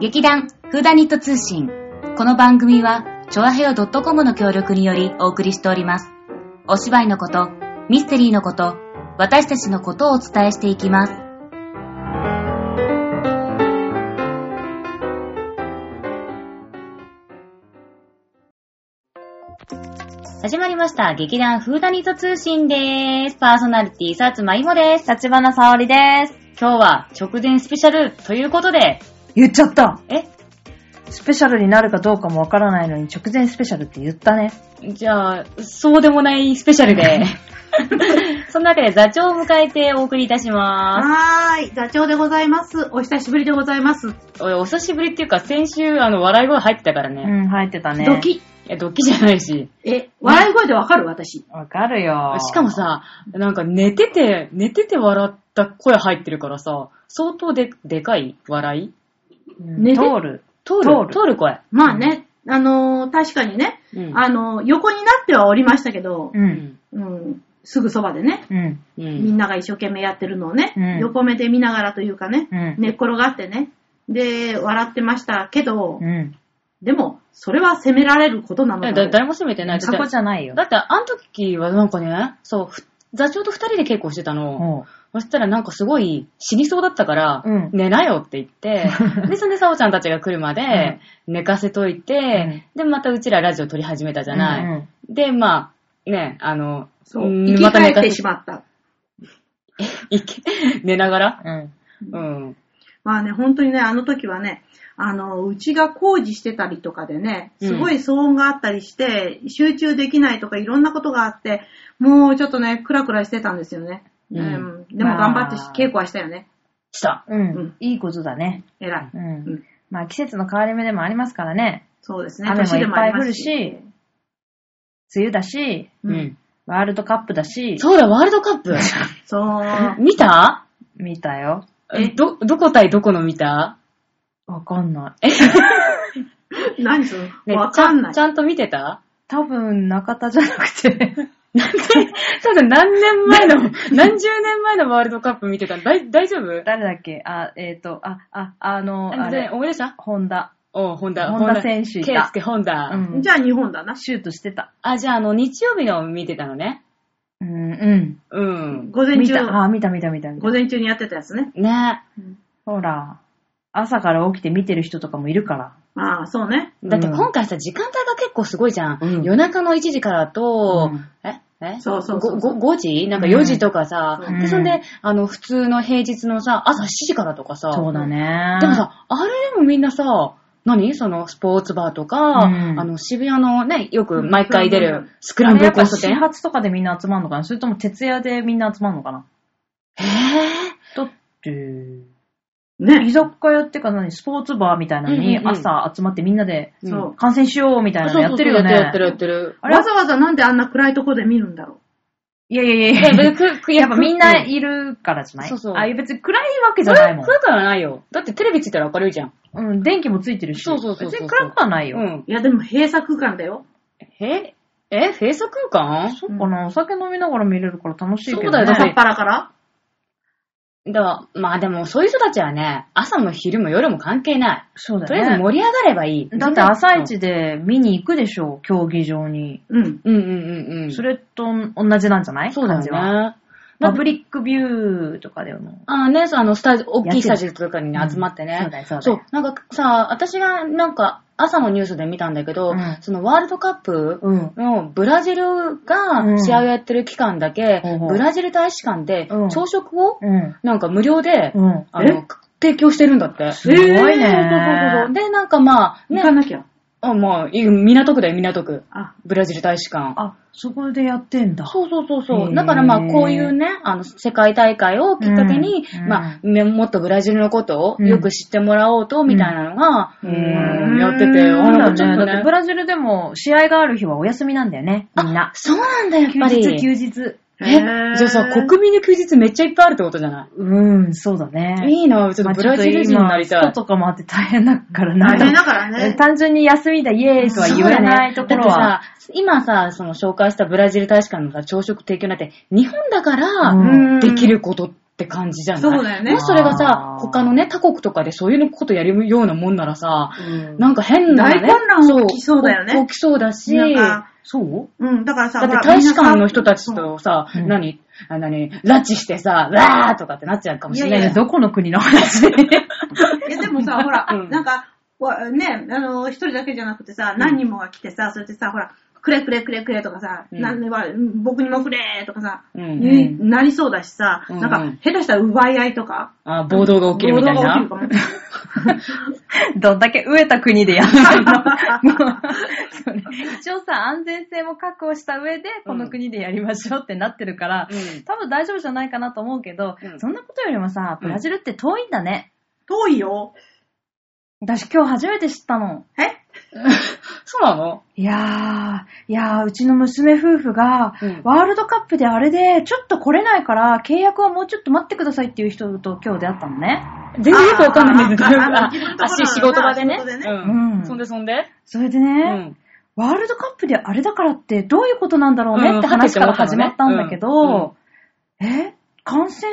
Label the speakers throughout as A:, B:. A: 劇団フーダニット通信。この番組は、チョアヘヨ .com の協力によりお送りしております。お芝居のこと、ミステリーのこと、私たちのことをお伝えしていきます。始まりました。劇団フーダニット通信です。パーソナリティ、さつまいもです。立花沙織です。今日は直前スペシャルということで、
B: 言っちゃった
A: え
B: スペシャルになるかどうかもわからないのに直前スペシャルって言ったね。
A: じゃあ、そうでもないスペシャルで。そんなわけで座長を迎えてお送りいたしま
C: はーい、座長でございます。お久しぶりでございます。
A: す。おいお久しぶりっていうか、先週、あの、笑い声入ってたから
B: う
A: ね。
B: ん、入ってたね。
C: ドキ
A: いや、ドッキじゃないし。
C: え、笑い声でわかる私。
B: わかるよ。
A: しかもさ、なんか寝てて、寝てて笑った声入ってるからさ、相当で、でかい笑い
B: うん、
C: ね
B: 通る。
A: 通る
B: 通る
A: 通る声。
C: まあね、あのー確かにね、
A: うん
C: あのー横になってはおりましたけど
B: う、。
A: うんん。
C: うん、すぐそばでね、
B: うん。
A: う
C: みん
A: ん。
C: なが一生懸命やってるのをね、
B: うん
C: 横目で見ながらというかね、
B: うん。
C: 寝っ転がってね、で、笑ってましたけど、
B: うん。
C: でも、それは責められることなの
A: え
C: だろ
A: だ
C: う
A: 誰も責めてない。だ
B: そこ
A: って
B: じゃないよ
A: だ。ってあの時はなんかね、そう、ふ座長と二人で稽古してたの。
B: おう
A: そしたらなんかすごい死にそうだったから、
B: うん
A: 寝なよって言って、で、それでさおちゃんたちが来るまで寝かせといて、で、またうちらラジオ撮り始めたじゃない。
B: うん
A: で、まあ、ね、あの、
C: そう、
A: うん
C: 生き返ってし
A: ま
C: まった。
A: た寝かせいけ寝ながら
B: うん。うん
A: うん。
C: まあね、本当にね、あの時はね、あの、うちが工事してたりとかでね、すごい騒音があったりして、集中できないとかいろんなことがあって、もうちょっとね、クラクラしてたんですよね。
A: うん
C: うんでも頑張ってし
B: まあ
C: 稽古はしたよね。
A: した。
B: うん。
C: うん
B: いいことだね。
C: 偉い。
B: う。
C: うんん
B: まあ季節の変わり目でもありますからね。
C: そうですね。
B: 雨もいっぱい
C: 年
B: 降
C: で
B: るし、梅雨だし、
C: うん
B: ワールドカップだし、
A: そうだ、ワールドカップ
C: そう。
A: 見た
B: 見たよ。
C: え
A: ど、どこ対どこの見た
B: わかんない。
C: 何その、
A: ね
C: わかんない
A: ちゃ。ん。ちゃんと見てた
B: 多分中田じゃなくて。
A: そうだ、何年前の、何十年前のワールドカップ見てたの大大丈夫
B: 誰だっけあ、えっ、と、あ、あ、あの、あ
A: あれ
B: れ、
A: 思い出した
B: ホンダ。
A: おう、ホンダ。
B: 本田選手い
A: ケ
B: た
A: イスケ、ホンダ。
B: うん。
C: じゃあ日本だな。
B: シュートしてた。
A: あ、じゃあ、あの、日曜日の見てたのね。
B: うん、うん。
A: うん。
C: 午前
B: 見
C: 中、
B: た、あ、見た見た見た見た
C: 午。前中にやってたやつね。
A: ね
B: ほら、朝から起きて見てる人とかもいるから。
C: ああ、そうね。
A: だって
B: うん
A: 今回さ、時間帯が結構すごいじゃん。
B: うん
A: 夜中の1時からと、
B: うん
A: ええ
C: そうそうそう
A: ごご ?5 時なんか4時とかさ、
C: うん
A: で、そんで、あの、普通の平日のさ、朝7時からとかさ、
B: そうだね。
A: でも、さ、あれでもみんなさ、何そのスポーツバーとか、
B: うん
A: あの渋谷のね、よく毎回出
C: うんうんう
A: る
C: ん
A: ス
B: ク
A: クランブル交差
B: 始
A: 点。
B: 発とかでみんな集まるのかなそれとも徹夜でみんな集まるのかな
A: えー
B: だって、居
C: ね。
B: 酒屋っていうか何、スポーツバーみたいなのに
A: うんうんうん
B: 朝集まってみんなで
A: うん
C: そう。
B: 観戦しようみたいなのやってるよね。
A: やってるやってるやってる。
B: あれ
C: わざわざなんであんな暗いとこで見るんだろ
B: いやいやいやい
A: い
B: や
A: や、。別にく、
B: やっぱみんないいるからじゃない
A: そうそう
B: あ、いや別に暗いわけじゃないもん。
A: 暗くはないよ。だってテレビついたら明るいじゃん。
B: うん、電気もついてるし。
A: そうそうそうそう
B: 別に暗くはないうよ。
A: ん。
C: う。いや、でも閉鎖空間だよ。
A: ええ閉鎖空間
B: そっかな、お酒飲みながら見れるから楽しいけど、ね。
A: そうだよだ
C: 朝
A: から
C: っぱらから
A: だ、まあでもそういう人たちはね、朝も昼も夜も関係ない。
B: そうだよね。
A: とりあえず盛り上がればいい。
B: だって朝一で見に行くでしょう、競技場に。
C: うん。
A: うん。うんうんうん。
B: それと同じなんじゃない
A: そうだよ
B: 感じは
A: ね。
B: パブリックビューとかでも。
A: ああね、そうあの、スタジオ、大きいス
B: や
A: タ
B: って
A: ジオとかにね集まってね。
B: そうだよ、そうだ
A: そう
B: よ。、
A: なんかさ、私がなんか朝のニュースで見たんだけど、
B: うん
A: そのワールドカップ
B: うん。
A: のブラジル
B: う
A: が
B: ん
A: 試合をやってる期間だけ、
B: ほうほう
A: ブラジル大使館で
B: うん
A: 朝食を
B: うん。
A: なんか無料で、
B: うん。
A: あの、提供してるんだって。
B: すごいね
A: えーそうそうそうそうで、なんかまあ、
C: 行か
A: ね、
C: なきゃ。
A: あまあ、いい港区だよ、港区。
C: あ、
A: ブラジル大使館。
B: あ、そこでやってんだ。
A: そうそうそう
B: へ
A: そう。
B: ー
A: だからまあ、こういうね、あの、世界大会をきっかけに、
B: うん
A: まあ、ねもっとブラジルのことを
B: うん
A: よく知ってもらおうと、みたいなのが、
B: う
A: うん
B: ん
A: やってて、あ、
B: そう
A: な
B: だ
A: んかちょっ
B: ね。
A: と
B: だって
A: ね
B: ブ。ラジルでも試合がある日はお休みなんだよね、みんな。
A: そうなんだ、やっ
B: 休
A: ぱり。
B: 日、休日。
A: え、じゃあさ、国民の休日めっちゃいっぱいあるってことじゃな
B: うん、そうだね。
A: いいいな、ちょっとブラジル人になりた
B: まあちょっと今ス。ト
A: い
B: とかもあって大変だからな。
C: 大変だからね。
B: 単純に休みだ、イエーイとは言えないところ
A: そうだ
B: は。
A: ねだってさ、今さ、その紹介したブラジル大使館のさ、朝食提供なんて、日本だか
B: う
A: ら
C: うん
A: できることって感じじゃない、
C: そうだよね
A: もしそれがさ
B: あ、ー
A: 他のね、他国とかでそういうことやるようなもんならさ、
B: うん
A: なんか変な、ね、
C: 大混乱起きそうだよね
A: 起きそうだし、
C: なんか
B: そう
C: うん、だからさ、
A: だって
C: ほら
A: 大使館の人たちとさ、
B: うん
A: 何、あ何、拉致してさ、わーとかってなっちゃうかもしれない
C: い
A: じ
C: や
A: ゃ
C: い
A: ん
C: や
B: どこの国の話
C: いやでもさ、ほら、
A: うん
C: なんか、わね、あの、一人だけじゃなくてさ、
A: ん
C: 何人もが来てさ、それでさ、ほら、くれくれくれくれとかさ、
A: うん
C: なんでわ僕にもくれとかさ、
A: うん
C: ねなりそうだしさ、
A: うん
C: なんか、下手したら奪い合いとか、
A: あ暴動が起きるみたいな。
C: 暴動が起きるかも
B: どんだけ飢えた国でやって るのもうそれ一応さ、安全性も確保した上で、この国でやりましょうってなってるから、
A: うん
B: 多分大丈夫じゃないかなと思うけど、
A: うん
B: そんなことよりもさ、ブラジルって遠いんだね。
C: 遠いよ。
B: 私今日初めて知ったの。
C: え
A: そうなの
B: いやー、いやー、うちの娘夫婦が、
A: うん
B: ワールドカップであれで、ちょっと来れないから、契約はもうちょっと待ってくださいっていう人と今日出会ったのね。
A: 全然よくわかんないんだけど、
C: あああ
A: あ
C: あ自分のところのな
A: あし仕事場でね。
C: 仕事でね
A: うん
B: うん
A: そんでそんで
B: それでね、
A: うん。
B: ワールドカップであれだからってどういうことなんだろうね
A: うん
B: って話から
A: はて
B: 始
A: な
B: まっ
A: っ
B: てた
A: 思
B: ん
A: ったの
B: だ
A: ね
B: けど、え感染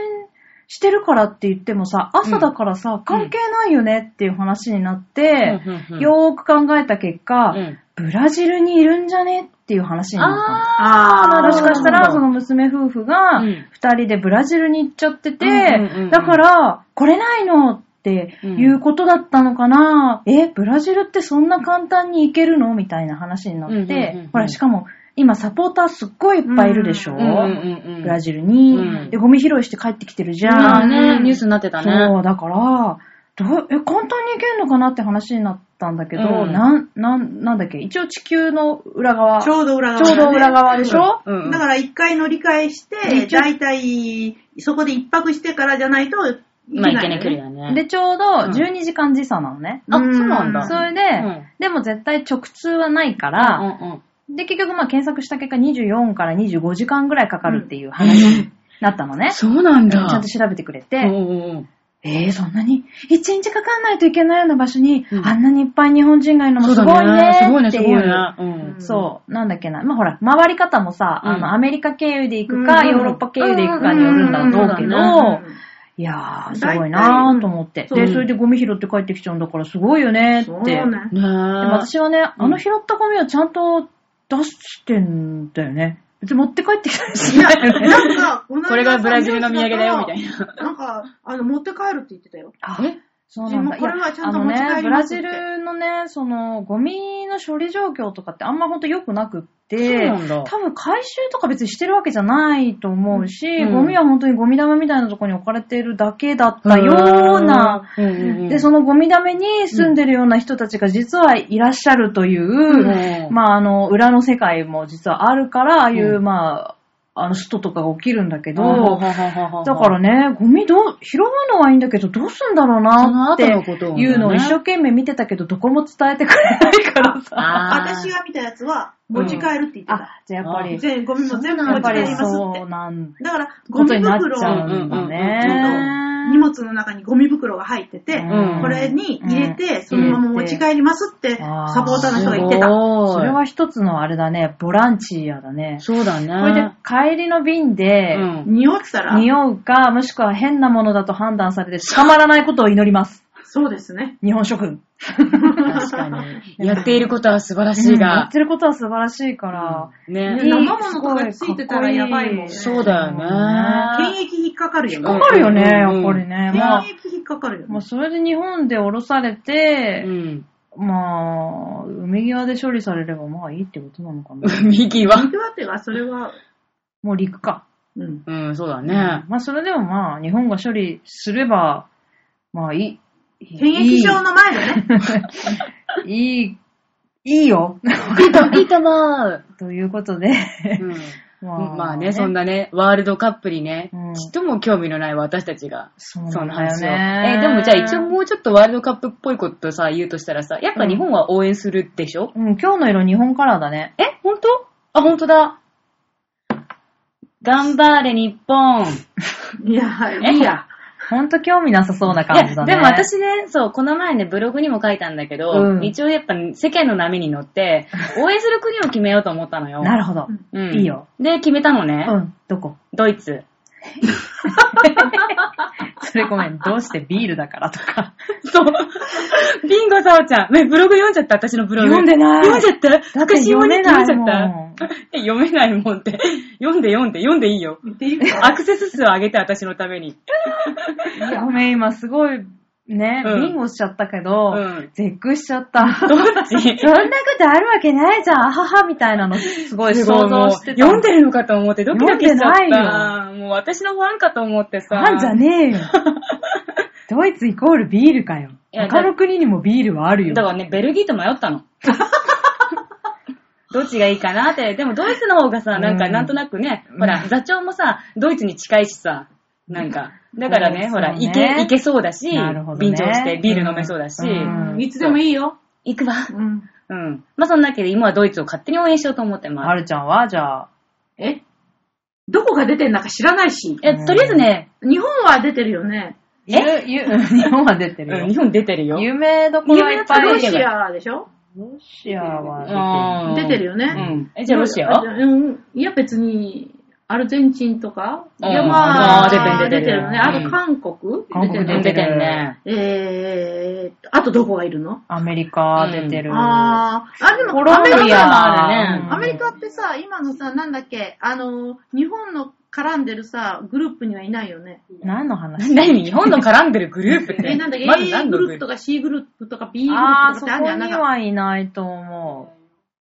B: してるからって言ってもさ、朝だからさ、関係ないよねっていう話になって、
A: っ
B: よーく考えた結果、
A: うん
B: ブラジルにいるんじゃねっていう話になっ
C: あ
B: た
A: ー
B: の。もしかした
A: なる
B: ら、
A: ほ
B: そ
A: ど
B: の娘夫婦が
A: うん
B: 二人でブラジルに行っちゃってて、
A: うんうんうんうん
B: だから、来れないのっていうことだったのかな、え、ブラジルってそんな簡単に行けるのみたいな話になって、
A: うんうんうんうん
B: ほら、しかも、今サポーターすっごいいっぱいいるでしょ、
C: うん
A: うん
B: ブラジル
A: う
B: に
A: ん。
B: で、ゴミ拾いして帰ってきてるじゃ
A: あ
B: ん。
A: あね、ニュースになってたね。
B: そう、だから、どうえ、簡単に行けるのかなって話になったんだけど、
A: うん
B: なん、なん、なんだっけ、一応地球の裏側、
C: ちょうど裏側、
B: ちょうど裏側でしょ
A: うんうん
C: だから一回乗り換えして、
B: 一応
C: だいたいそこで一泊してからじゃないといけ
A: まあ、いけ
C: な
A: ないい
C: よ
A: 距離
C: ね。
A: だね。
B: で、ちょうど12時間時差なのね。
A: あ、そうなん
C: う
A: だ。
C: ん
B: それで、
A: うん
B: でも絶対直通はないから、
A: うんうん
B: で、結局まあ検索した結果24から25時間ぐらいかかるっていう話になったのね。
A: そうなん
B: ち
A: だ。
B: ゃんと調べてくれて、
A: うんうんうん
B: えー、そんなに、1日かかんないといけないような場所に、
A: うん
B: あんなにいっぱい日本人がいるのも
A: そう
B: す
A: だ
B: ごいね
A: すごい
B: ー
A: ね、
B: っ
A: す
B: て
A: ご
B: い。
A: いうね。うん
B: そう、なんだっけな。まあ、ほら、回り方もさ、
A: うん
B: あの、アメリカ経由で行くか、
C: うん
B: ヨーロッパ経由で行くかによるんだろうけど、
C: うん
B: いやー、すごいなーと思って。
C: 大体
B: で、それでゴミ拾って帰ってきちゃうんだから、すごいよね
C: そ
B: ー
C: う
B: って。
C: ね。
A: ねえ。
B: でも私はね、あの拾ったゴミをちゃんと出してんだよね。別に持って帰ってきたりしないよね。
C: なんか、この間
A: これがブラジルの土産だよ、みたいな。
C: なんか、あの、持って帰るって言ってたよ。
B: あ
A: え
B: そうなんだ。
C: でもこれはちゃんと
B: いやあの
C: 持ち帰
B: ね、
C: り
B: ブ
C: ま
B: ラ
C: すって
B: ジルのね、その、ゴミの処理状況とかってあんまほんと良くなくっ
A: そう
B: て
A: な、んだ。
B: 多分回収とか別にしてるわけじゃないと思うし、
A: うん
B: ゴミは本当にゴミ玉みたいなところに置かれてるだけだったような、
A: うんうんうん。
B: で、そのゴミ溜めに住んでるような人たちが実はいらっしゃるという、
A: うん
B: まあ、あの、裏の世界も実はあるから、ああいう、
A: う
B: まあ、あの、ストとかが起きるんだけど、だ
A: だ
B: からね、ゴミどう、拾うのはいいんだけど、どうすんだろう
A: その
B: なっ
A: 後の
B: て
A: ことをね
B: いうのを一生懸命見てたけど、どこも伝えてくれないからさ。
A: あー
C: 私が見たやつは、持ち帰るって言ってた。
B: あ、じゃあやっぱり、
C: 全ゴミも全部
A: あ
B: や
C: 持
B: っ
C: ち
B: ぱ
C: 帰り
B: り
C: ますっ
B: そ
C: て
B: う。なん
C: だから、ゴ
B: こ
C: ミ
B: とになっ
C: 袋
B: ちゃ
C: を、
B: うんだ
A: う
C: 荷
B: ね。
C: 物の中にゴミ袋が入ってて、
A: うん
C: これに入れて、そのまま持ち帰りますって、
B: うん
C: サポーターの人が言って
A: す
C: た。
A: ごい
B: それは一つのあれだね、ボランチアだね。
A: そうだね。
B: これで帰りの便で、
A: うん
C: 匂ってたら、
B: 匂うか、もしくは変なものだと判断されて捕まらないことを祈ります。
C: そうですね。
B: 日本諸君。
A: 確かに。やっていることは素晴らしい
B: や
A: が
B: っ。てることは素晴らしいから。
A: ね。
C: 生物とかついてたらやばいもんね
A: そうだよね。
C: 検疫引っかかるよね
A: うん
B: わ。かるよね、
A: うん
B: やっぱりね。
C: 免
B: まあ、
C: 疫引っかかるよ
B: まあ、
C: ね。
B: それで日本で降ろされて、
A: ん。
B: まあ、海際で処理されればまあいいってことなのかな。
A: 右は。
C: 肉だってが、それは、
B: もう陸か。
C: うん。
A: うん、そうだね。
B: まあ、それでもまあ、日本が処理すれば、まあ、いい。
C: 検疫場の前でね。
B: いい、いい、いいよ。
A: いいと、いいと思う。
B: ということ で、
A: うんまあね、そん
B: な。
A: なね、ワールドカップにね
B: うん、
A: ちっとも興味のない私たちが、
B: そ
A: その
B: う
A: 話
B: 話
A: を。
B: よ
A: え
B: ね。
A: でもじゃあ一応もうちょっとワールドカップっぽいことさ、言うとしたらさ、やっぱ日本は応援するでしょ
B: うん、今日の色日本カラーだね。
A: え本当あ、本当だ。頑張れ、日本。
C: いや、いいや。
B: ほんと興味なさそうない感じ
A: や、
B: だね。
A: でも私ね、そう、この前ね、ブログにも書いたんだけど、
B: うん
A: 一応やっぱ世間の波に乗 って、応援する国を決めようと思ったのよ。
B: なるほど。
A: うん
B: いいよ。
A: で、決めたのね。
B: うん、どこ
A: ドイツ。
B: それごめん、どうしてビールだからと か。
A: そう。 ビンゴさおちゃん。ね、ブログ読んじゃった、私のブログ。
B: 読んでない
A: 読んじゃった私読めない。読んじゃっ
B: ん。
A: た。え 読めないもんって。読んで読んで、読んでいいよ。
C: 言っていいか
A: アクセス数を上げて、私のた めに。
B: いや、ごめん、今すごい、ね、
A: うん
B: ビンゴしちゃったけど、
A: うん
B: 絶句しちゃった。
A: どっ
B: そ
A: ち
B: んなことあるわけないじゃん、あははみたいなの、すごい
A: す
B: 想
A: ごいも
B: 像
A: う
B: してた。
A: 読んでるのかと思ってドキドキしちゃっ
B: 読んで
A: た。
B: な
A: もう私のファンかと思ってさ。
B: ファンじゃね えよ。ドイツイコールビールかよ。
A: いや
B: 他の国にもビールはあるよ。
A: だからね、ベルギーと迷ったの。どっちがいいかなって。でもドイツの方がさ、なんか
B: うん
A: なんとなくね、
B: うん
A: ほら、座長もさ、ドイツに近いしさ、なんか。だからね、
B: うん
A: ほら、
B: そうね
A: いけ、いけそうだし、
B: なるほどね
A: 便乗してビール飲めそうだし、
B: うん
C: いつでもいいよ。
A: 行くわ。
C: うん。
A: うん。まあそんなわけで今はドイツを勝手に応援しようと思って
B: は
A: ます。
B: るちゃんは、じゃあ、
C: えどこが出てんだか知らないし。
A: え、とりあえずね、
C: 日本は出てるよね。
A: え
B: ゆ、ゆ、 日本は出て
A: う
B: る
A: ん日
B: よ。
A: 本出てるよ。
B: 有名どころはいっぱい
C: ロ
B: 出て
C: シ
B: る。
C: アでしょ
B: ロシアは出て
A: うん
C: 出てるよね
A: うん。え、じゃあロシアは
C: うん。いや、別に、アルゼンチンとか。い
A: うん
C: や、ま
B: あー出て
C: あ、出
B: る
C: てるよね。あ
A: うん
C: と、韓国
B: 韓国
C: 出てる
A: 出
C: ね
A: てるね。
C: えー、あとどこがいるの
B: アメリカ出てる。
C: あー、あ、でも、
B: コロン
C: アメリ
B: ビ
C: カもある
A: る
B: ア、
A: ね
B: うん
C: アメリカってさ、今のさ、なんだっけ、あの、日本の絡んでるさ、グループにはいないよね。
B: 何の話
A: 何日本の絡んでるグループって。
C: え、なんだっけ、
A: まず
C: A
A: 何の
C: グ
A: グ
C: ルー
A: ル
C: プ
A: ープ
C: とか C グループとか B グルー
B: あ
C: プ
B: ー、
C: と
B: そ
C: かってあ
B: こ
C: るじゃ
B: に
C: ん。なんか、
B: はいないと思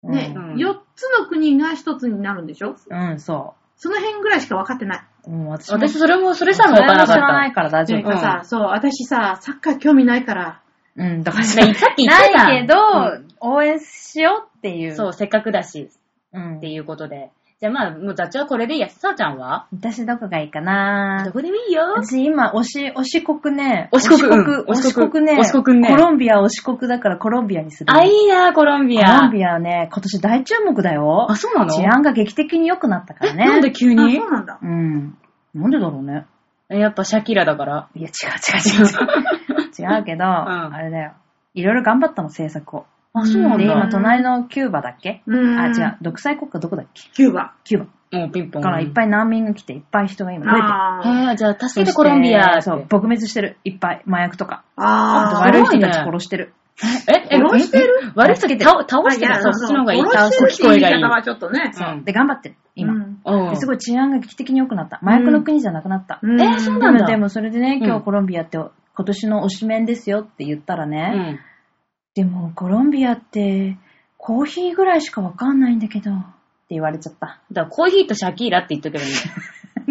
B: う。
C: ね、
A: うん
C: 4つの国が1つになるんでしょ
B: うん、うん、そ
C: その辺ぐらいしか分かってない。
B: う。うん、私も
A: 私それも、それ
B: そ
A: さえもわからなか
B: 知らな
A: っ
B: いから大丈
C: ていう
B: 夫。
C: かさ、そう、私さ、サッカー興味ないから、
B: うん、だから知
A: た。さっき言ってた。
B: ないけど、応援しようっていう。
A: そう、せっかくだし、
B: うん。
A: っていうことで。じゃあまあ、もう座長はこれでいいや。さあちゃんは
B: 私どこがいいかな
A: どこでもいいよ。
B: 私今、推し、推し国ね。
A: 推し国うん
B: 推し国推し国ね。
A: 推し国ね
B: コロンビア推し国だからコロンビアにする。
A: あ、いいな、コロンビ
B: コ
A: ア。
B: ロンビアね、今年大注目だよ
A: あ、。そうなの
B: 治安が劇的に良くなったからね。
A: なんで急
C: あ、
A: に
C: そうなんだ。
B: うん。なんでだろうね。
A: やっぱシャキラだから。
B: いや、違う違う違う 違う。違うけど、
A: ん
B: あれだよ。いろいろ頑張ったの、政策を。
A: あ、そうなん
B: で、
A: だ
B: 今、。隣のキューバだっけ
C: うん。
B: あ、違う。独裁国家どこだっけ
C: キューバ。
B: キュー
A: もうピンポ
B: バ。
A: ン。
B: からいっぱい難民が来て、いっぱい人が今増えてる。
C: あー
A: へえ、じゃあ
B: そ
A: 助け
B: して
A: てコロンビアって。
B: そう、撲滅してる。いっぱい。麻薬とか。あと
C: あー。
B: 悪い人
A: すごい
B: た
A: ね
B: ち殺してる。
A: え、え、
C: 殺して
A: る悪い人倒倒して
C: あい
A: る。
C: や
A: そうそっちの方がいい。
C: 殺
A: 倒
C: してるっ
A: す
C: てい
A: 聞こ
C: う
A: え
C: 言
A: がい
C: い
A: い
C: 方。はちょっとね。
A: うん
B: で、頑張ってる。今。
A: うん。
B: ですごい治安が劇的に良くなった。麻薬の国じゃなくなった。
C: うん
A: えーそう
B: な
A: なんん
B: だ
A: だ
B: でもそれでね、
A: うん
B: 今日コロンビアって今年の推しメンですよって言ったら
A: う
B: ね、
A: ん。
B: でもコロンビアってコーヒーぐらいしかわかんないんだけどって言われちゃった。
A: だからコーヒーとシャキーラって言っとけばいいんだよ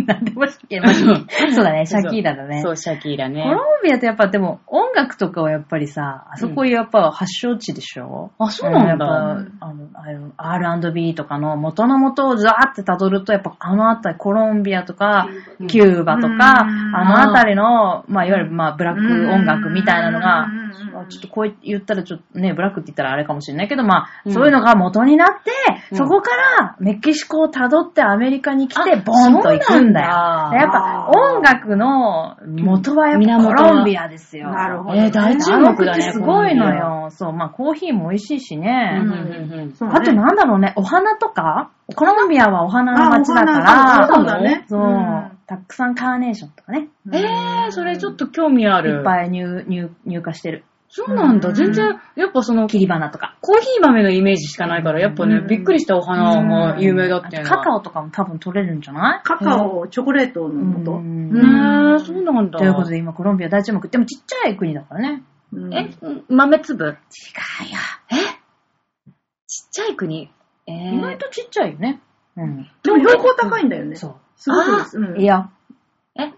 B: なんでもしけばいい そうだね、シャキーラだね。
A: そう、シャキーラね
B: コ。ロンビアってやっぱでも音楽とかはやっぱりさ、あそこやっぱ発祥地でしょ、
A: あ、そうなんだ。
B: やっぱあのあの R&B とかの元の元をザーってたどると、やっぱあのあたり、コロンビアとか、
A: うん
B: キューバとか、
C: うん
B: あのあたりの、まあ、いわゆる、まあ、ブラック音楽みたいなのが
C: うんうんうんう、ん
B: ちょっとこう言ったら、ちょっとね、ブラックって言ったらあれかもしれないけど、まあ、
A: うん
B: そういうのが元になって、
A: うん
B: そこからメキシコをたどってアメリカに来て、
A: あ
B: ボンと行くんだよ。
A: そうなんだ
B: やっぱ音楽の元はやっぱコロンビアですよ。
C: なるほど。
A: えー大注目だね。
B: すごいのよ。そう、まあコーヒーも美味しいし
A: コロ
B: ね
A: ン。ビア。うんうんうん
C: そうね
B: あとなんだろうね、お花とかコロンビアはお花の街だから、
C: あお花そうだね
B: そう
C: うん
B: たくさんカーネーションとかね、
A: えー、それちょっと興味あ
B: い
A: る。
B: っぱい入、入、入荷してる。
A: そうなん
C: う
A: だ。
C: ん
A: 全然、やっぱその、
B: 切り花とか。
A: コーヒー豆のイメージしかないから、やっぱね
C: う、ん
A: びっくりしたお花が有名だったよ
B: あと
A: ね。
B: カカ
A: オ。
B: オとかも多分取れるんじゃない
C: カカオ、チョコレートのこと。
B: うん
A: ねえ、そうなんだ。
B: ということで今コロンビア大注目。でもちっちゃい国だからね。
C: うん
A: え、豆粒
B: 違うよ。
A: ちっちゃい国え
B: 意外
A: ー、
B: とちっちゃいよね。うん。
C: でも標高高いんだよね。
B: そ
C: すごくです。
B: う。いや、
A: え、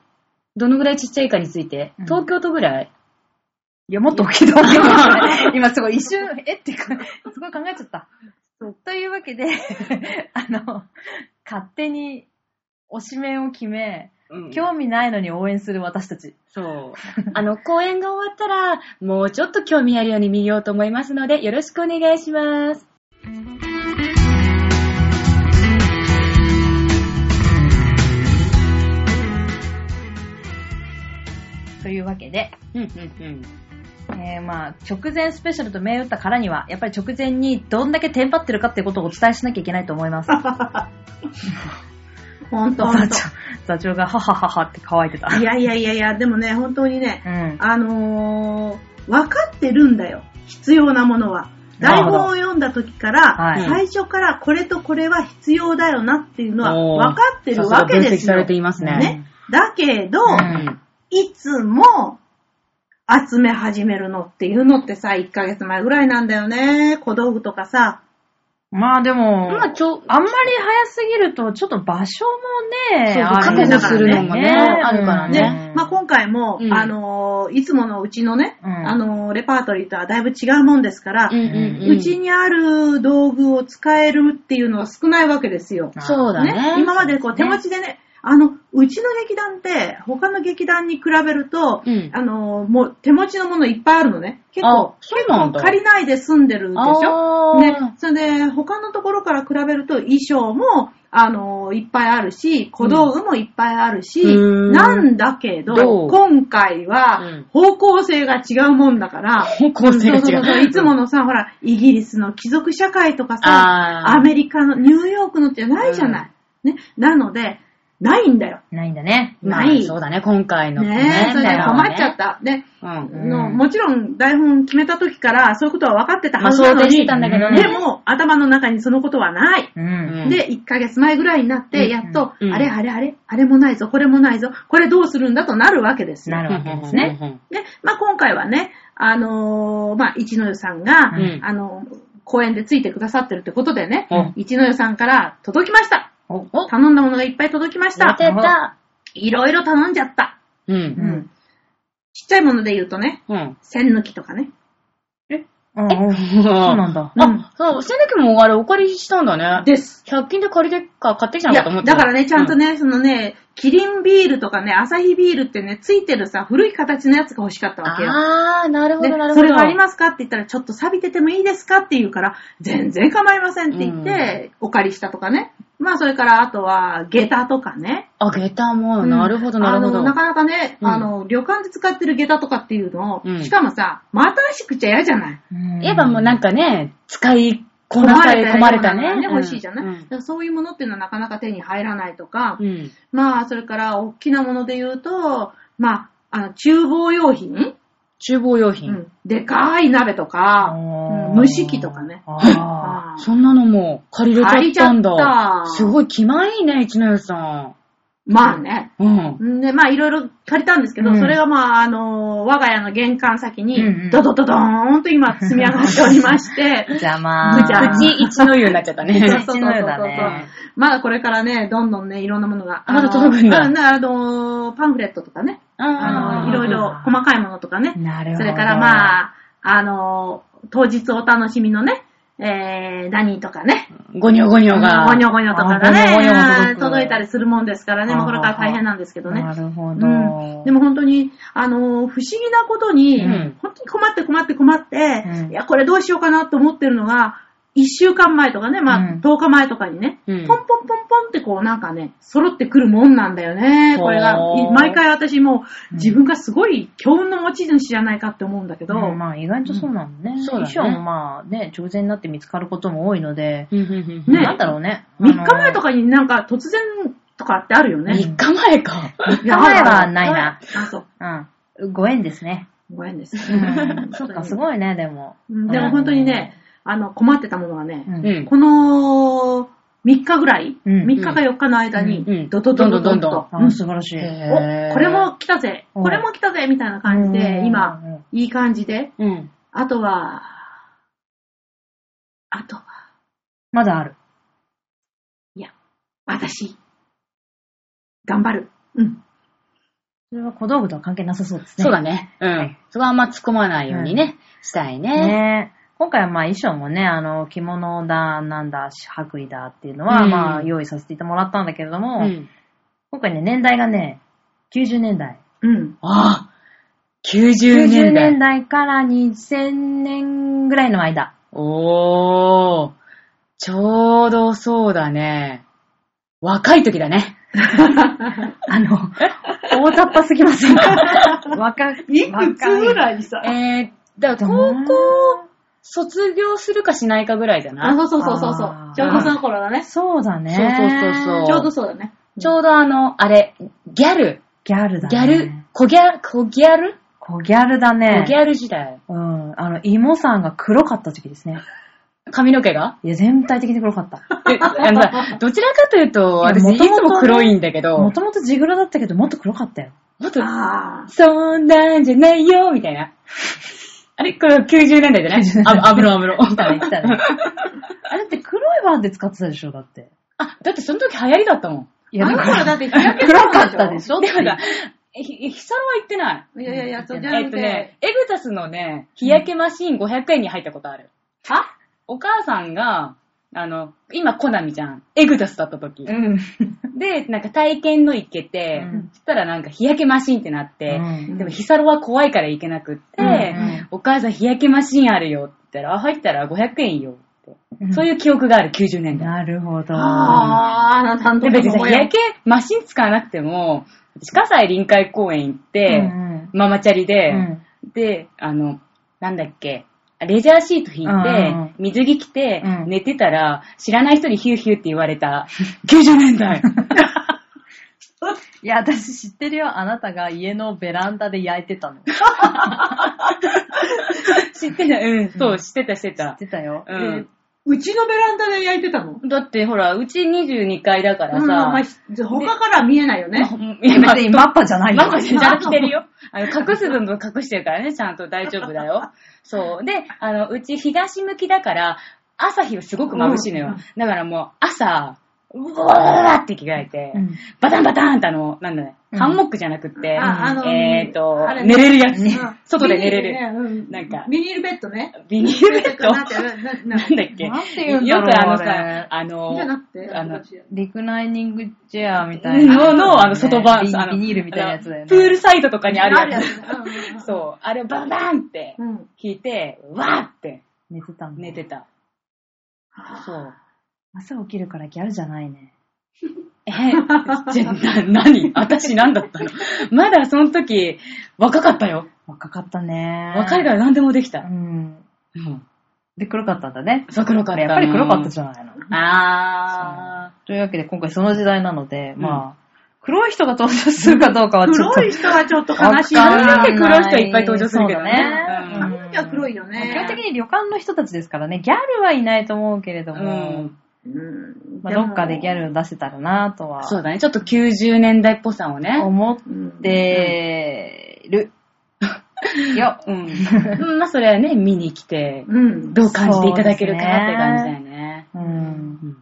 A: どのぐらいちっちゃいかについて
B: うん
A: 東京都ぐらい
B: いや、もっと大きいと思いますね 今すごい一瞬、えってか、すごい考えちゃった。というわけで、 あの、勝手に推しメンを決め、
A: 今
B: 興味ないのに応援する私たち。
A: そう。あの、公演が終わったら、もうちょっと興味あるように見ようと思いますので、よろしくお願いします。
B: というわけで、
A: うんうん
B: えーまあ、直前スペシャルと銘打ったからには、やっぱり直前にどんだけテンパってるかってことをお伝えしなきゃいけないと思います。
C: 本当
B: 座
C: 本
B: 長、座長がははははって乾いてた。
C: 当。いやいやいやいや、でもね、本当にね、
B: うん。
C: あのー、分かってるんだよ。必要なものは。
B: な
C: 台
B: るほど
C: 本を読んだ時から、
B: はい
C: 最初からこれとこれは必要だよなっていうの
A: お
C: は
A: ー
C: 分かってるわけです
A: さすが分析さ
C: よ
A: れ。ていますね。
C: ねだけど、
A: う
B: うん
A: ん。
C: いつも集め始めるのっていうのってさ、1ヶ月前ぐらいなんだよね。小道具とかさ。
B: まあでも、
A: まあ、ちょ、
B: あんまり早すぎると、ちょっと場所もね、
A: そうそう
B: あれ
C: 確保するの
A: もねあるから
C: ね、
A: ね
C: まあ、今回も、
A: うん
C: あのーいつものうちのね、
B: うん
C: あのーレパートリーとはだいぶ違うもんですから、
A: う
C: うん
A: うんうん。
C: ちにある道具を使えるっていうのは少ないわけですよ。
A: そうだね。
C: 今までこう手持ちでね、あの、うちの劇団って他の劇団に比べると、
A: うん
C: あのーもう手持ちのものいっぱいあるのね。結構
A: あ、そうなんだ
C: 借りないで済んでるでしょ
A: あー
C: ね、それで、他のところから比べると衣装も、あのーいっぱいあるし、小道具もいっぱいあるし、
A: うん
C: なんだけど、
A: どう
C: 今回
A: うん
C: は方向性が違うもんだから、
A: 方向性が違う。
C: そうそうそういつものさ、ほら、イギリスの貴族社会とか
A: あ
C: さ、
A: ー
C: アメリカの、ニューヨークのじゃないじゃない。ね、なので、ないんだよ。
B: ないんだね。
A: まあ
C: ない
A: そうだね、今回の。
C: ねそれで
B: だよ
C: 困っちゃった。で、
A: うん。
C: の
B: うん
C: もちろん台本決めた時からそういうことは分かってたは
A: まあ、
C: ずな
A: 想
C: の
A: 定して
C: に、
A: たんだけどね。
C: でも頭の中にそのことはない。
B: うん。
A: うん
C: で、1ヶ月前ぐらいになっ
B: う
C: て、
B: ん
C: やっと、
A: うん
C: あれあれあれ、あれもないぞ、これもないぞ、これどうするんだとなるわけですよ。
B: なるわけですね。
C: ね、まあ今回はね、あのーまあ一の湯さんが、
A: うん
C: あのー公演でついてくださってるってことでね、
A: お
C: 一の湯さんから届きました。
B: お、
A: お
C: 頼んだものがいっぱい届きまし
A: 出
C: た。
A: てた。
C: いろいろ頼んじゃった。
A: う。
B: うんん。
C: ちっちゃいもので言うとね、
A: うん。
C: 線抜きとかね。
B: うんうん
A: そう
B: そうなんだ。
C: う
A: あ
C: ん、
A: そう、千崎もあれお借りしたんだね。
C: です。
A: 100均で借りてっか買ってきた
C: い
A: の
C: や
A: かと思ってた。
C: だからね、ちゃんとね、そのね、キリンビールとかね、アサヒビールってね、ついてるさ、古い形のやつが欲しかった
A: うん。
C: わけよ。
A: あー、なるほ
C: で
A: ど、なるほ
C: そ
A: ど。
C: れがありますかって言ったら、ちょっと錆びててもいいですかって言うから、全然構いませんって言って、お借りしたとかね。まあ、それから、あとは、下駄とかね。
A: あ、ゲタも、なるほど、
C: うん
A: なるほ
C: あ
A: ど。
C: の、なかなかね、
A: うん
C: あの、旅館で使ってる下駄とかっていうのを、
A: うん
C: しかもさ、真新しくちゃ嫌じゃない。
A: 言えばもうなんかね、使いこなされ、込まれたね。
C: ね、欲しいじゃない、
A: う
C: だ
A: ん
C: からそういうものっていうのはなかなか手に入らないとか、
A: うん。
C: まあ、それから、大きなもので言うと、まあ、あの、厨房用品、
A: 厨房用
C: う
A: 品。
C: ん、でかい鍋とか、うん蒸し器とかね。
B: あ
C: あー
A: そんなのも借りれちゃったん
C: 借りちゃ
A: だ
C: っ。た
A: すごい気前いいね、一の湯さ
C: まあね。
A: ん。うん。
C: で、まあいろいろ借りたんですけど、
B: うん
C: それがまああのー我が家の玄関先
B: うんう
C: に
B: ん、
C: ドドドドーンと今積み上がっておりまして
B: ー、邪魔。
C: ぐちゃ
A: うち一の湯になっちゃった
C: そう
B: う
C: そう
A: ね。
C: そうそう
B: ちのようだね
C: まだこれからね、どんどんね、いろんなものが。
A: あまだ届くんだ
C: あのああのーパンフレットとかね、あ
B: あー
C: のーいろいろ細かいものとかね、
B: なるほ
C: そ
B: ど。
C: れからまあ、あのー当日お楽しみのね、えー、何とかね、
A: ごにょごにょが。
C: ゴニョゴニョとかが
B: あゴニョゴニョが届
C: ね、うん
B: く
C: 届いたりするもんですからね、もうこれから大変なんですけどね。
B: なるほ
C: うん、
B: ど。
C: でも本当に、あのー不思議なことに、
A: うん
C: 本当に困って困って困って、
B: うん
C: いや、これどうしようかなと思ってるのが、1週間前とかね、まあ、
B: うん
C: 10日前とかにね、
A: うん
C: ポンポンポンポンってこうなんかね、揃ってくるもんなんだよね。これが
A: ほう、
C: 毎回私も
B: う
C: うん自分がすごい強運の持ち主じゃないかって思うんだけど、
B: うんまあ意外とそうなのね。
A: そうだね
B: 衣装もまあね、直前になって見つかることも多いので、
A: うんうんうん
C: ね
B: なんだろうね。
C: 3日前と
B: か
C: かになんか突然とかってあるよね。
A: 3日前か。
B: 3日前はないな。
C: あ、そう。
B: うん。ご縁ですね。
C: ごめんです。
B: うん。 そっか、す
C: い。
B: ごいね、でも。
C: うんでも本当にね、あの、困ってたものはね、
B: う。
A: うんん。
C: この3日ぐらい、
B: うん
C: 3日か4日の間
A: うんうん
C: に、ドドドドドンと、
B: あー素晴らしい。
A: へー
C: おこれも来たぜ、
B: うん
C: これも来たぜ、みたいな感じ
B: う
C: で、
B: ん
C: 今、、いい感じで、
A: うん。
C: あとは、あとは、
B: まだある。
C: 私、頑張る。うん。
B: それは小道具とは関係なさそうですね。
A: そうだね。う
B: は
A: ん
B: い。
A: そこはあんま突っ込まないようにね、したいね。
B: ねえ今回はまあ衣装もね、あの、着物だ、なんだ、白衣だっていうのは、
A: うん
B: まあ用意させてもらったんだけれど
A: う
B: も、
A: ん。
B: 今回ね、年代がね、90年代。
C: うん。
A: ああ !90
B: 90
A: 年代
B: 年。代から2000年ぐらいの間。
A: おー。ちょうどそうだね。若い時だね。
B: あの、大雑把すぎませんか若い。
C: いくつぐ
B: い
C: らいさ。
A: えー、だから高校卒業するかしないかぐらいじゃ
C: あ、
A: な
C: そうそうそうそうそ
B: あ
C: う
B: ー。
C: ちょうどその頃だね。
B: そうだね。
A: そうそうそう
C: ちょうどそうだね。
A: いちょうどあの、あれ、ギャル、
B: ギャルだね。
A: ギャル、小ギャル、小ギャル
B: こうギャルだ
A: 小ギ
B: ね。
A: ャル時代。
B: うん。あの、芋さんが黒かった時期ですね。
A: 髪の 毛が
B: いや、全体的に黒かった。
A: えあのさどちらかというと、
B: いや
A: 私いつ
B: 元々ね
A: も黒いんだ
B: も
A: けど、
B: ともとジグロだったけど、もっと黒かったよ。
A: もっと、
C: ああ。
A: そんなんじゃないよ、みたい な。あれこれ90年代じゃないあ、あぶろあ ぶろ。
B: 来たね、来たね。あれだって黒いバンで使ってたでしょ、だって。
A: あ、だってその時流行りだったもん。
B: い
C: あの
B: だ
C: 頃
B: から
C: だって日焼け
B: 黒かったでしょ
A: でもさ、ひ、ひひさろは行ってな
C: い
A: い。
C: やいやいや、そうじゃ
A: え
C: な
A: っ
C: く
A: と
C: て、
A: ね、エグザスのね、日焼けマシーン500円に入ったことある。
C: あ
A: お母さんが、あの、今、コナミちゃん、エグザスだった時。
B: うん。
A: で、なんか体験の行けて、
B: うん
A: そしたらなんか日焼けマシーンってなって、
B: うん
A: でもヒサロは怖いから行けなくって、
B: うんうん
A: お母さん日焼けマシーンあるよって言ったら、あ、入ったら500円よって、
B: うん
A: そういう記憶がある、90年代。
B: なるほど。
C: ああ、あなたんと
A: で、
C: こ
A: 別に
C: の
A: さ、日
C: 親
A: 焼けマシン使わなくても、私葛西臨海公園行って、
B: うん
A: ママチャリで、
B: うん
A: で、あの、なんだっけ、レジャーシート引い
B: うんうんう
A: て、水着着て
B: う、ん
A: 寝てたら、知らない人にヒューヒューって言われた、90年代。
B: いや、私知ってるよ。あなたが家のベランダで焼いてたの。 知
A: 知ってた、うん、そう、知ってた、知って。
B: ったてたよ。
A: うん。
C: うちのベランダで焼いてたの
A: だって、ほら、うち22階だから
C: うん、まあ、
A: さ、
C: ひ他からは見えないよね。
A: いや、
B: 別にマッパじゃないよ。
A: ママちゃんと着てるよ。あの、隠す分も隠してるからね、ちゃんと大丈夫だよ。そう。で、あの、うち東向きだから、朝日はすごく眩しいのよ。
C: うん
A: だからもう、朝、うわーって着替えて、
B: うん
A: バタンバタンってあの、なんだね、
B: うん
A: ハンモックじゃなくって、
C: ああの
A: えーと
C: あ、れね
A: 寝れるやつ、
C: うん
A: 外で寝れる。
C: ビニールねうん
A: なんか
C: ビニールベッドね。
A: ビニールベッド
C: なんてな
A: な
C: なん
A: だっけ
B: なんて言うんだろ
A: よ
B: う
A: くあのさ
B: あれ、
A: あの
C: じゃ、なくて、
A: あの
C: こっちや
B: リクライニングチェアみた いな。
A: の、の、あの、外バ
B: ビ
A: ン、あの、
B: ビニールみたいなやつだよね。
A: プールサイドとかにあるやつ。
C: あるやつね
A: そう、あれをバンバンって
C: うんうんうん。
A: 引いて、わーって
B: 寝てたんだ。
A: 寝てた。そう。
B: 朝起きるからギャルじゃないね。
A: え、じゃ、な、何私何だったのまだその時、若かったよ。
B: 若かったね。
A: 若いから何でもでき
B: う
A: た。
B: ん。
A: うん。
B: で、黒かったんだね。
A: そう、黒かった。
B: やっぱり黒かったじゃないの。
A: ゃん。あ
B: というわけで、今回その時代なので、まあ、黒い人が登場するかどうかはちょっと。
C: 黒い人はちょっと悲しい
A: わかんな
C: な。
A: い髪の毛黒い人いっぱい登場するけどね
B: そうだ
A: うん
B: ね
C: 髪の毛は黒いよ
B: 基本的
C: ね。
B: に旅館の人たちですからね、ギャルはいないと思うけれど
A: ー。う
B: も、
A: ん。
C: うん
B: まあ、どっかでギャルを出せたらなとは
A: そうだね。ちょっと90年代っぽさをね。
B: 思っ
C: うん
B: てる。よ。
A: うん。 うんまあ、それはね、見に来て、
C: うん。
A: どう感じていただけるかなって感じだよね。
B: うん。
A: うん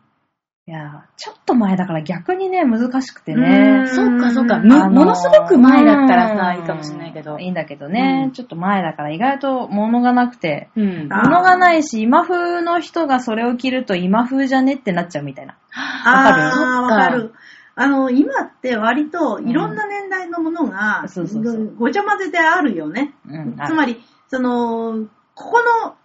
B: いや、ちょっと前だから逆にね、難しくて
C: う
B: ね
C: ん。
A: そうか、そうか。
C: あ
A: む
B: あのー
A: ものすごく前だったらさ、
B: うん
A: いいかもしれないけど。
B: いいんだけどね、
A: うん
B: ちょっと前だから意外と物がなくて。
A: うん。
C: あー
B: 物がないし、今風の人がそれを着ると今風じゃねってなっちゃうみたいな。
C: ああ、
A: わ
C: わ
A: か
C: か
A: る
C: る。あの、今って割といろんな年代のものが
B: うんそうそうそう、
C: ごちゃ混ぜであるよね。
B: うん。
C: つまり、その、ここの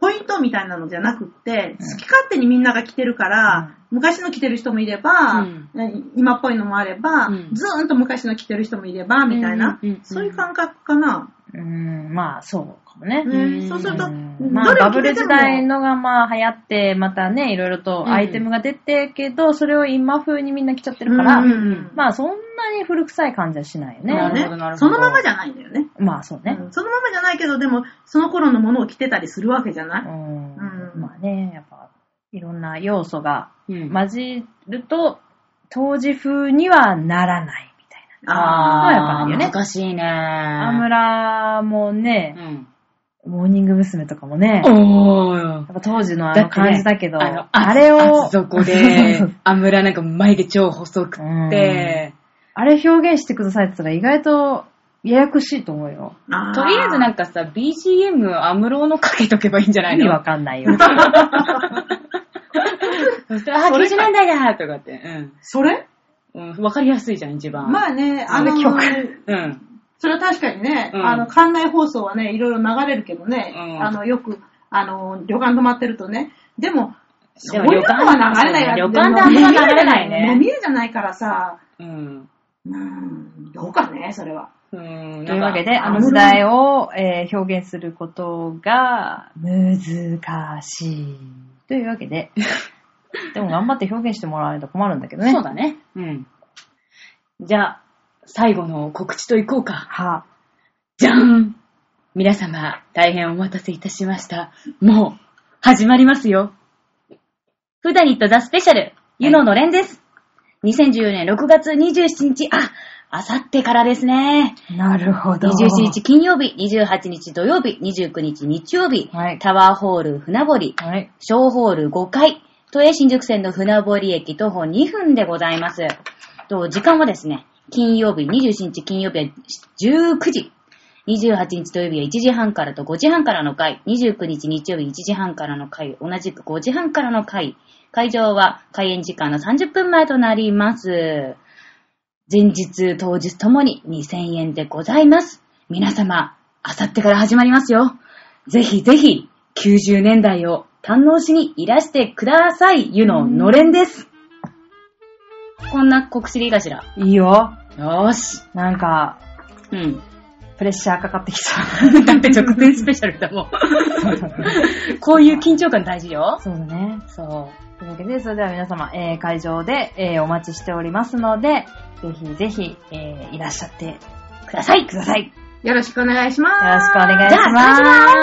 C: ポイントみたいなのじゃなくって、
B: うん
C: 好き勝手にみんなが着てるから、昔の着てる人もいれば、
A: うん
C: 今っぽいのもあれば、
A: うん
C: ずーんと昔の着てる人もいれば、みたいな、
A: うんうんうん
C: そういう感覚かな。
B: うん、まあ、そうかもね。
A: ん
C: そうすると、
B: うんま
C: ど
B: あ、
C: れ
B: バ
C: を
B: ブ
C: 着
B: ル
C: てて
B: 時
C: も
B: 代のがまあ流行って、またね、いろいろとアイテムが出てけど、それを今風にみんな着ちゃってるから、
C: うんうん
B: まあそんなに古臭い感じはしないよね。
A: な
C: まあ
A: る
C: ね
A: ほどなるほど
C: そのままじゃないんだよね。
B: まあそうね。
C: うんそのままじゃないけど、でも、その頃のものを着てたりするわけじゃ
B: う
C: ない、
B: ん。
C: うん
B: まあね、やっぱ、いろんな要素が
A: うん
B: 混じると、当時風にはならないみたい
A: あ
B: そうやっぱあるよね
A: 難しいね。
B: な。アムラもね、モーニング娘。とかもね、
A: う
B: やっ
A: ん。おー。
B: ぱ当時のあ
A: だっ
B: の
A: てね
B: 感じだけど、
A: あの
B: あれを
A: あ、そ こで、アムラなんか眉毛超細くって、
B: あれ表現してくださいって言ったら意外とややこしいと思うよ。
C: あー
A: とりあえずなんかさ、BGM アムロのかけとけばいいんじゃな
B: 意
A: い
B: 味
A: の
B: わかんないよ。
A: そしたら、あ、
C: それ
A: 90
C: か
A: 年代だとかって、
C: それ
A: うん。うん、わかりやすいじゃん、一番。
C: まあね、あの
B: あの曲
A: うん。
C: それは確かにね、
A: うん
C: あの、館内放送はね、いろいろ流れるけどね、
A: うん
C: あの、よく、あの、旅館泊まってるとね、でも、
A: で
C: そう
A: も
C: いうのは流れない
A: 旅
C: わ
A: 館でアムロは流れない
C: 飲み
A: ね。
C: 屋じゃないからさ、
A: うん。
C: うん、どうかね、それは。
A: うん。
B: というわけで、
C: か
B: あの時代を、えー表現することが難しい。というわけ で、でも頑張って表現してもらわないと困るんだけどね。
A: そうだね。うん。じゃあ、最後の告知といこうか。
B: は、
A: じゃん皆様、大変お待たせいたしました。もう、始まりますよ。フダニットザスペシャル、ユノのれんです。2014年6月27日、あ、あさってからですね。
B: なるほど。
A: 27日金曜日、28日土曜日、29日日曜日、
B: はい
A: タワーホール船堀、
B: はい。
A: 小ホール5階、都営新宿線の船堀駅徒歩2分でございます。と時間はですね、金曜日、27日金曜日は19時、28日土曜日は1時半からと5時半からの回、29日日曜日1時半からの回、同じく5時半からの回、会場は開演時間の30分前となります。前日、当日ともに2000円でございます。皆様、あさってから始まりますよ。ぜひぜひ、90年代を堪能しにいらしてください。ゆののれんです。こんな告知でいいかしら。
B: いいよ。
A: よーし。
B: なんか、
A: うん。
B: プレッシャーかかってき そう。
A: だって直前スペシャルだもん。
B: そうだね。
A: こういう緊張感大事よ。
B: そうだね。
A: そ
B: というわけで、それでは皆様、えー会場で、えーお待ちしておりますので、ぜひぜひ、えーいらっしゃって
A: う。ください。
B: ください。よ
C: よろしくお願いします。
B: ろしくお願いします。
A: じゃあ乾杯